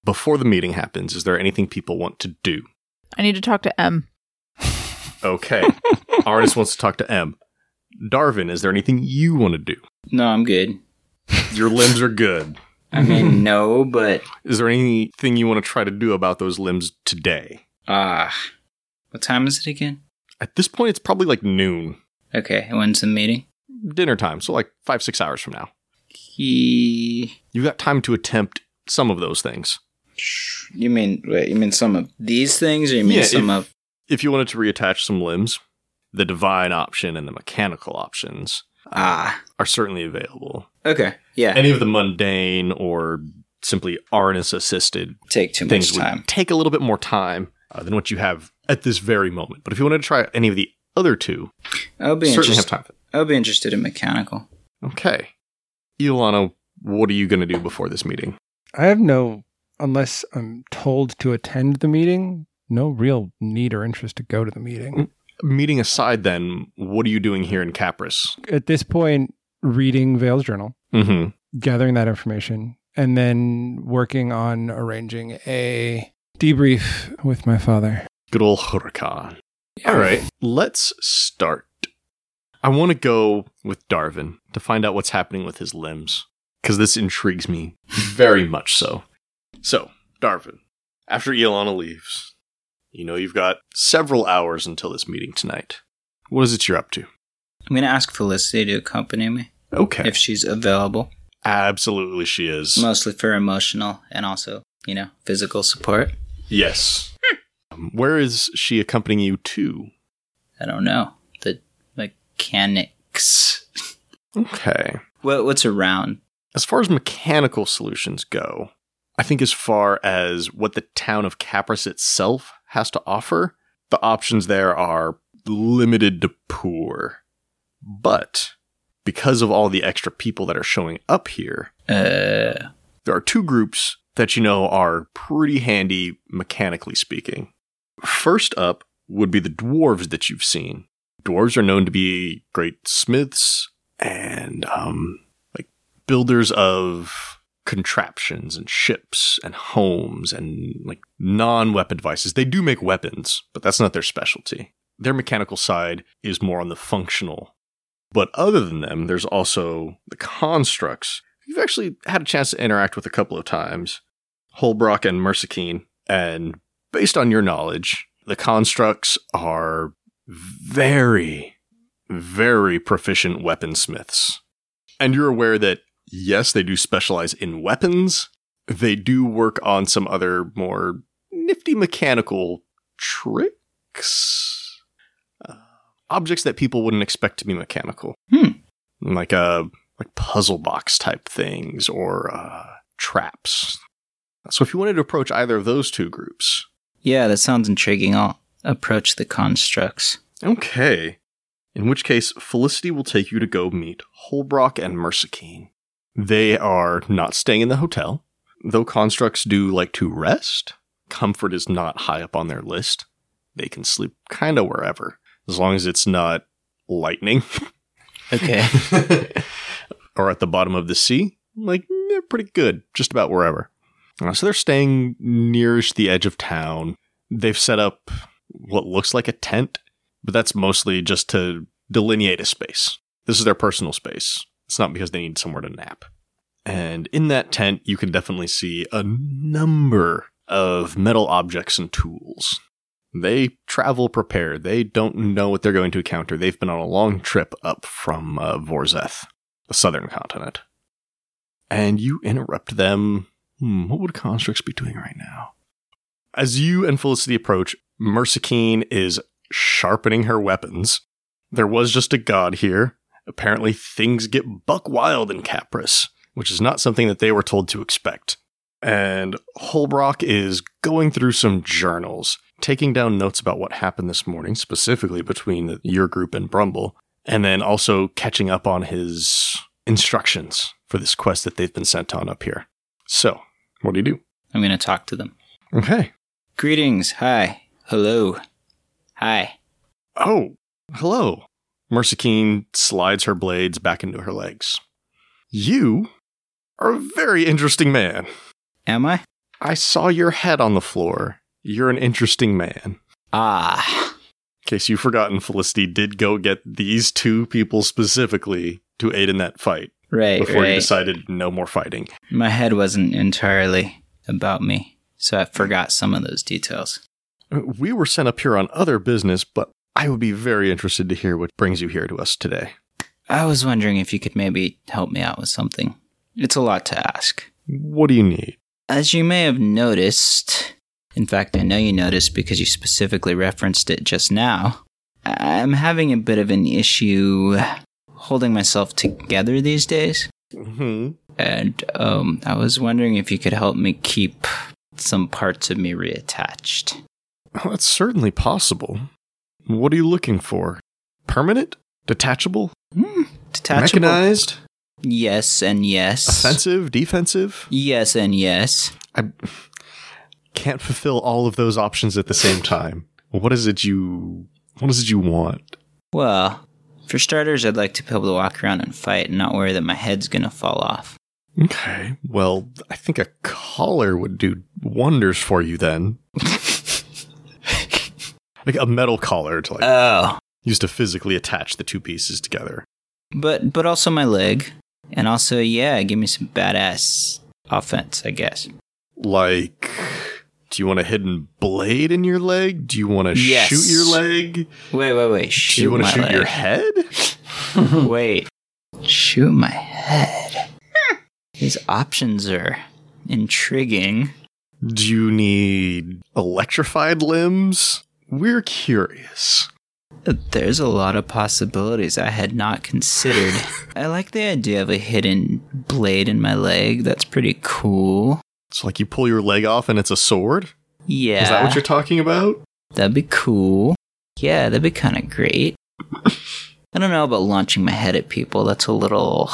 before the meeting happens, is there anything people want to do?
I need to talk to M.
Okay. Arnis wants to talk to M. Darvin, is there anything you want to do?
No, I'm good.
Your limbs are good.
I mean, no, but
Is there anything you want to try to do about those limbs today?
ah, what time is it again?
At this point, it's probably like noon,
Okay, when's the meeting?
dinner time, so like five, six hours from now.
He.
You've got time to attempt some of those things.
You mean wait? You mean some of these things, or you mean
Yeah,
some
if-
of?
If you wanted to reattach some limbs, the divine option and the mechanical options
Ah,
are certainly available.
okay, yeah.
Any of the mundane or simply Arnis assisted
take too much
things would
time.
take a little bit more time uh, than what you have at this very moment. But if you wanted to try any of the other two,
I'll be
certainly have
interested.
time. for
I'll be interested in mechanical.
that. Okay. Ilana, what are you going to do before this meeting?
I have no, unless I'm told to attend the meeting, no real need or interest to go to the meeting.
meeting aside, then, what are you doing here in Capris?
At this point, reading Vale's journal,
Mm-hmm.
gathering that information, and then working on arranging a debrief with my father.
Good old Huracan. All right, let's start. I want to go with Darwin to find out what's happening with his limbs because this intrigues me very much so. So, Darwin, after Ilana leaves, you know you've got several hours until this meeting tonight. What is it you're up to?
I'm gonna ask Felicity to accompany me
Okay.
if she's available,
Absolutely, she is.
mostly for emotional and also you know physical support.
Yes. Um, Where is she accompanying you to?
I don't know the mechanics.
Okay.
What what's around?
As far as mechanical solutions go, I think as far as what the town of Capris itself has to offer, the options there are limited to poor. But because of all the extra people that are showing up here,
Uh,
there are two groups that you know are pretty handy mechanically speaking. First up would be the dwarves that you've seen. Dwarves are known to be great smiths and um, like builders of contraptions and ships and homes and like non-weapon devices. They do make weapons, but that's not their specialty. Their mechanical side is more on the functional. But other than them, there's also the constructs you've actually had a chance to interact with a couple of times Holbrook and Mersakine. And based on your knowledge, the constructs are very, very proficient weaponsmiths. And you're aware that, yes, they do specialize in weapons, they do work on some other more nifty mechanical tricks. Uh, objects that people wouldn't expect to be mechanical.
Hmm.
Like uh like puzzle box type things or uh, traps. So if you wanted to approach either of those two groups,
Yeah, that sounds intriguing. I'll approach the constructs.
Okay. In which case, Felicity will take you to go meet Holbrock and Mersikeen. They are not staying in the hotel, though constructs do like to rest. Comfort is not high up on their list. They can sleep kind of wherever, as long as it's not lightning
Okay.
or at the bottom of the sea. Like, they're pretty good, just about wherever. Uh, so they're staying nearish the edge of town. They've set up what looks like a tent, but that's mostly just to delineate a space. This is their personal space. It's not because they need somewhere to nap. And in that tent, you can definitely see a number of metal objects and tools. They travel prepared. They don't know what they're going to encounter. They've been on a long trip up from uh, Vorzeth the southern continent. And you interrupt them. Hmm, what would Constructs be doing right now? As you and Felicity approach, Mersakeen is sharpening her weapons. There was just a god here. Apparently, things get buck wild in Capris, which is not something that they were told to expect. And Holbrock is going through some journals, taking down notes about what happened this morning, specifically between your group and Brumble and then also catching up on his instructions for this quest that they've been sent on up here. So, what do you do?
I'm going to talk to them.
Okay.
Greetings. Hi. Hello. Hi.
Oh, hello. Mersakeen slides her blades back into her legs. You are a very interesting man.
Am I?
I saw your head on the floor. You're an interesting man.
Ah.
In case you've forgotten, Felicity did go get these two people specifically to aid in that fight
Right.
before
right.
you decided no more fighting.
My head wasn't entirely about me, so I forgot some of those details.
We were sent up here on other business, but I would be very interested to hear what brings you here to us today.
I was wondering if you could maybe help me out with something. It's a lot to ask.
What do you need?
As you may have noticed, in fact, I know you noticed because you specifically referenced it just now, I'm having a bit of an issue holding myself together these days.
hmm
And um, I was wondering if you could help me keep some parts of me reattached.
that's certainly possible. What are you looking for? Permanent? Detachable?
Hmm, detachable.
Mechanized?
Yes and yes.
Offensive? Defensive?
Yes and yes.
I can't fulfill all of those options at the same time. What is it you. What is it you want?
Well, for starters, I'd like to be able to walk around and fight and not worry that my head's going to fall off.
Okay. Well, I think a collar would do wonders for you then. like a metal collar to like
Oh.
used to physically attach the two pieces together.
but but also my leg, and also yeah, give me some badass offense, I guess.
Like, do you want a hidden blade in your leg? Do you want to
Yes.
shoot your leg?
Wait, wait, wait. Shoot
do you want
my
to shoot
leg.
your head?
Wait, shoot my head.
Hmm.
These options are intriguing.
Do you need electrified limbs? We're curious.
There's a lot of possibilities I had not considered. I like the idea of a hidden blade in my leg. That's pretty cool.
It's like you pull your leg off and it's a sword.
Yeah.
Is that what you're talking about?
That'd be cool. Yeah, that'd be kind of great. I don't know about launching my head at people. That's a little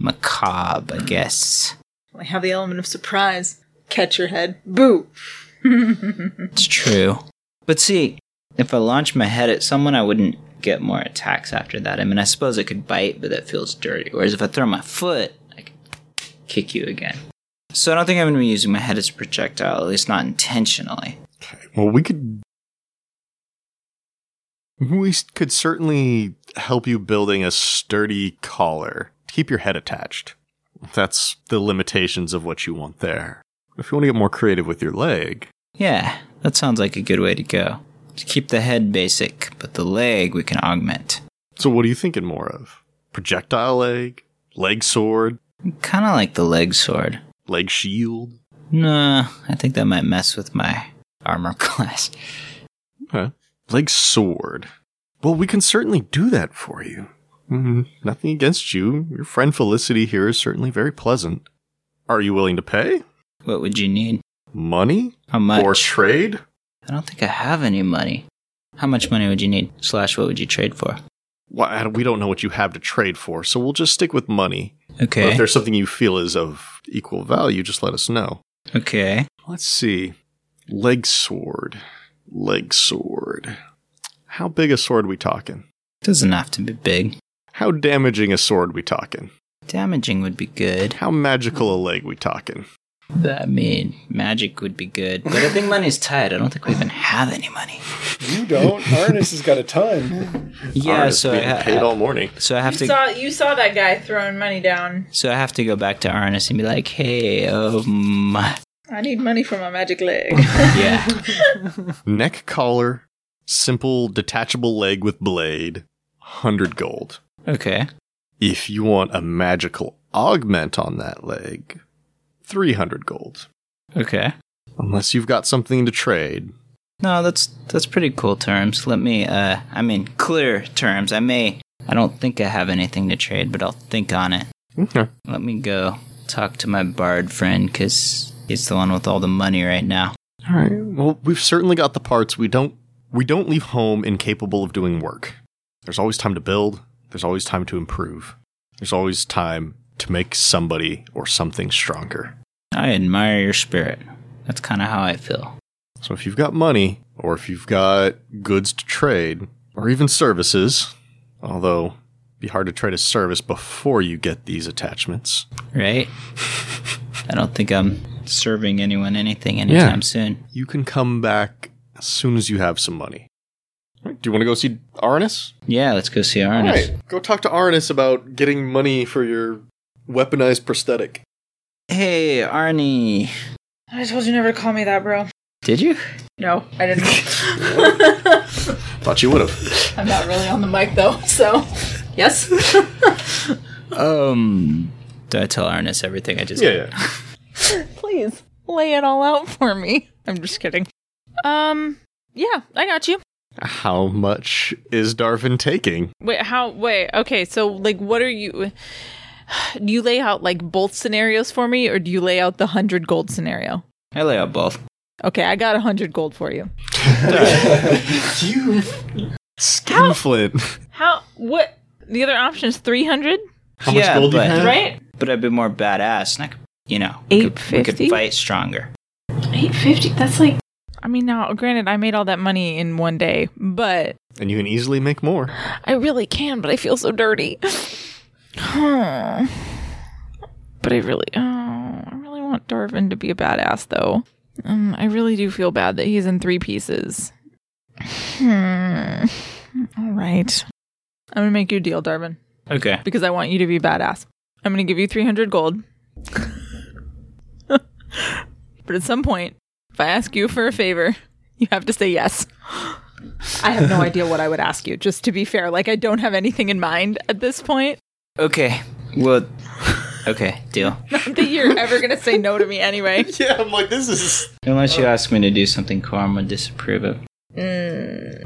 macabre, I guess.
I have the element of surprise. Catch your head. Boo.
It's true. But see, if I launch my head at someone, I wouldn't get more attacks after that. I mean, I suppose I could bite, but that feels dirty. Whereas if I throw my foot, I could kick you again. So I don't think I'm going to be using my head as a projectile, at least not intentionally.
Well, we could. We s- could certainly help you building a sturdy collar. to Keep your head attached. That's the limitations of what you want there. If you want to get more creative with your leg,
Yeah, that sounds like a good way to go. To keep the head basic, but the leg we can augment.
so what are you thinking more of? Projectile leg, leg sword.
Kind of like the leg sword.
leg shield.
Nah, I think that might mess with my armor class.
Okay. Leg sword. Well, we can certainly do that for you. Mhm. Nothing against you. Your friend Felicity here is certainly very pleasant. Are you willing to pay?
What would you need?
Money?
How much?
Or trade?
I don't think I have any money. How much money would you need? Slash, what would you trade for?
Well, I don't- we don't know what you have to trade for, so we'll just stick with money. But
Okay.
if there's something you feel is of equal value, just let us know.
Okay.
Let's see. Leg sword. Leg sword. How big a sword we talking?
Doesn't have to be big.
How damaging a sword we talking?
Damaging would be good.
How magical a leg we talking?
I mean, magic would be good. But I think money's tight. I don't think we even have any money.
You don't. Arnis has got a ton.
Yeah,
Artist
so I,
being paid
ha-
all morning.
so I have
You
to
saw you saw that guy throwing money down.
so I have to go back to Arnis and be like, hey, um,
I need money for my magic leg.
yeah,
Neck collar, simple detachable leg with blade, 100 gold.
okay,
If you want a magical augment on that leg, 300 gold.
okay.
Unless you've got something to trade.
No, that's that's pretty cool terms. Let me, uh, I mean, clear terms. I may, I don't think I have anything to trade, but I'll think on it.
Okay.
Let me go talk to my bard friend because he's the one with all the money right now.
All right. Well, we've certainly got the parts. We don't we don't leave home incapable of doing work. There's always time to build. There's always time to improve. There's always time to make somebody or something stronger.
I admire your spirit. That's kind of how I feel.
So if you've got money or if you've got goods to trade or even services, although it'd be hard to trade a service before you get these attachments.
Right? I don't think I'm serving anyone anything anytime soon.
You can come back as soon as you have some money. All right, Do you want to go see Arnis?
Yeah, let's go see Arnis.
right, go talk to Arnis about getting money for your weaponized prosthetic.
Hey, Arnie.
I told you never to call me that, bro.
Did you?
No, I didn't.
Thought you would have.
I'm not really on the mic though, so yes.
Um. Do I tell Arnis everything I just
yeah.
Please lay it all out for me. I'm just kidding. Um, yeah, I got you.
How much is Darvin taking?
Wait, how? Wait, okay. So, like, what are you? Do you lay out like both scenarios for me, or do you lay out the hundred gold scenario?
I lay out both.
Okay, I got a hundred gold for you.
you skinflint.
How? What? The other option is three hundred,
How much
Yeah,
gold do you
but-
have?
right?
But I'd be more badass, and I could, you know, we could, we could
850?
fight stronger.
Eight fifty. That's like
I mean, now granted, I made all that money in one day, but
And you can easily make more.
I really can, but I feel so dirty. Huh. but I really, oh, I really want Darvin to be a badass, though. Um, I really do feel bad that he's in three pieces. Hmm. All right. I'm gonna make you a deal, Darvin,
Okay.
because I want you to be badass. I'm gonna give you 300 gold. but at some point, if I ask you for a favor, you have to say yes. I have no idea what I would ask you, just to be fair. Like, I don't have anything in mind at this point.
Okay. Well. Okay. Deal.
Not that you're ever going to say no to me anyway.
Yeah, I'm like, this is.
Unless you ask me to do something Quorum would disapprove of.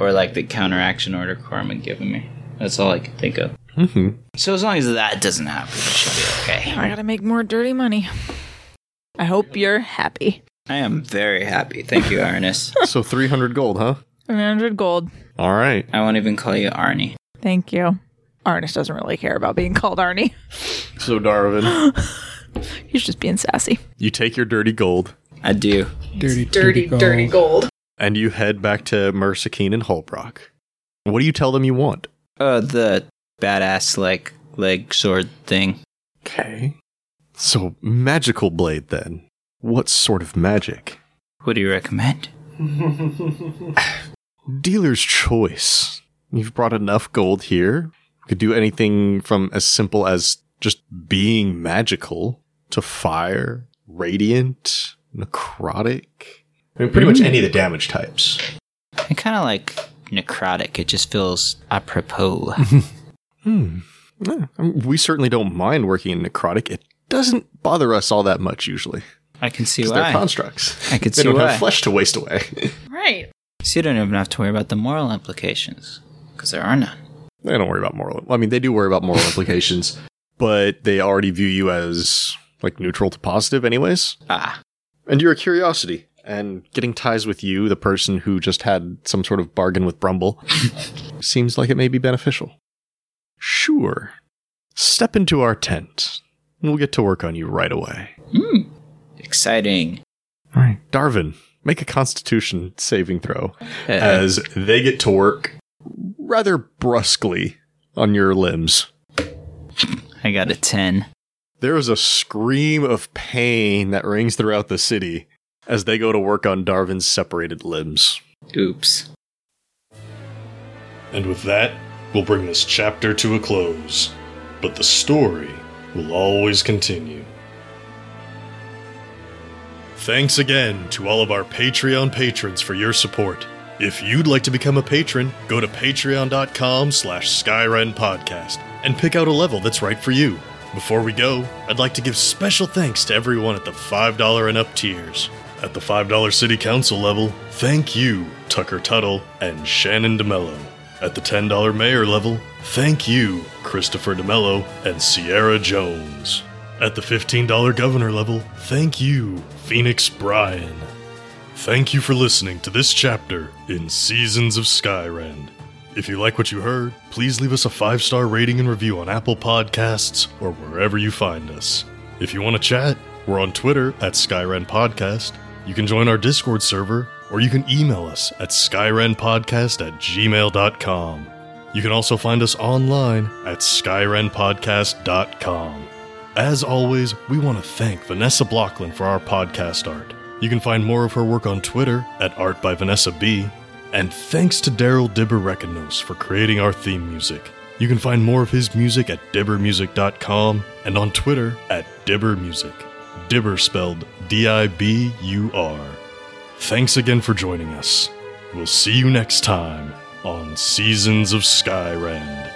Or like the counteraction order Quorum had given me. That's all I could think of.
Mm-hmm.
So as long as that doesn't happen, it should be okay.
I got to make more dirty money. I hope you're happy.
I am very happy. Thank you, Arnis.
So 300 gold, huh?
300 gold.
All right.
I won't even call you Arnie.
Thank you. Arnis doesn't really care about being called Arnie.
So, Darvin,
He's just being sassy.
you take your dirty gold
I do.
Dirty,
dirty, dirty gold.
and you head back to Mersakeen and Holbrock. What do you tell them you want?
Oh, the badass like leg sword thing.
Okay. So, magical blade then. What sort of magic?
What do you recommend?
Dealer's choice. You've brought enough gold here. You could do anything from as simple as just being magical to fire, radiant, necrotic. Hmm. I mean, pretty much any of the damage types.
I kind of like necrotic. It just feels apropos.
um, Hmm. Yeah, I mean, we certainly don't mind working in necrotic. It
doesn't bother us all that much usually.
I can see
'cause they're
why.
constructs.
I could
they
see
don't
why.
have flesh to waste away.
Right.
so you don't even have to worry about the moral implications because there are none.
they don't worry about moral. I mean, they do worry about moral implications, but they already view you as like neutral to positive, anyways.
Ah,
And you're a curiosity. And getting ties with you, the person who just had some sort of bargain with Brumble, seems like it may be beneficial. Sure. Step into our tent, and we'll get to work on you right away.
exciting.
All right. Darvin, make a constitution saving throw
Uh,
as they get to work rather brusquely on your limbs.
I got a 10.
There is a scream of pain that rings throughout the city as they go to work on Darvin's separated limbs.
Oops.
And with that, we'll bring this chapter to a close. But the story will always continue. Thanks again to all of our Patreon patrons for your support. If you'd like to become a patron, go to patreon.com slash skyrenpodcast and pick out a level that's right for you. Before we go, I'd like to give special thanks to everyone at the $5 and up tiers. At the $5 City Council level, thank you, Tucker Tuttle and Shannon DeMello. At the $10 Mayor level, thank you, Christopher DeMello and Sierra Jones. At the $15 Governor level, thank you, Phoenix Bryan. Thank you for listening to this chapter in Seasons of Skyrend. If you like what you heard, please leave us a five star rating and review on Apple Podcasts or wherever you find us. If you want to chat, we're on Twitter at Skyren Podcast. You can join our Discord server, or you can email us at skyrenpodcast at gmail.com. You can also find us online at skyrenpodcast.com. As always, we want to thank Vanessa Blockland for our podcast art. You can find more of her work on Twitter at Art by Vanessa B. And thanks to Daryl Dibber-Rekanos for creating our theme music. You can find more of his music at dibbermusic.com and on Twitter at dibbermusic. Dibber spelled D-I-B-U-R. Thanks again for joining us. We'll see you next time on Seasons of Skyrend.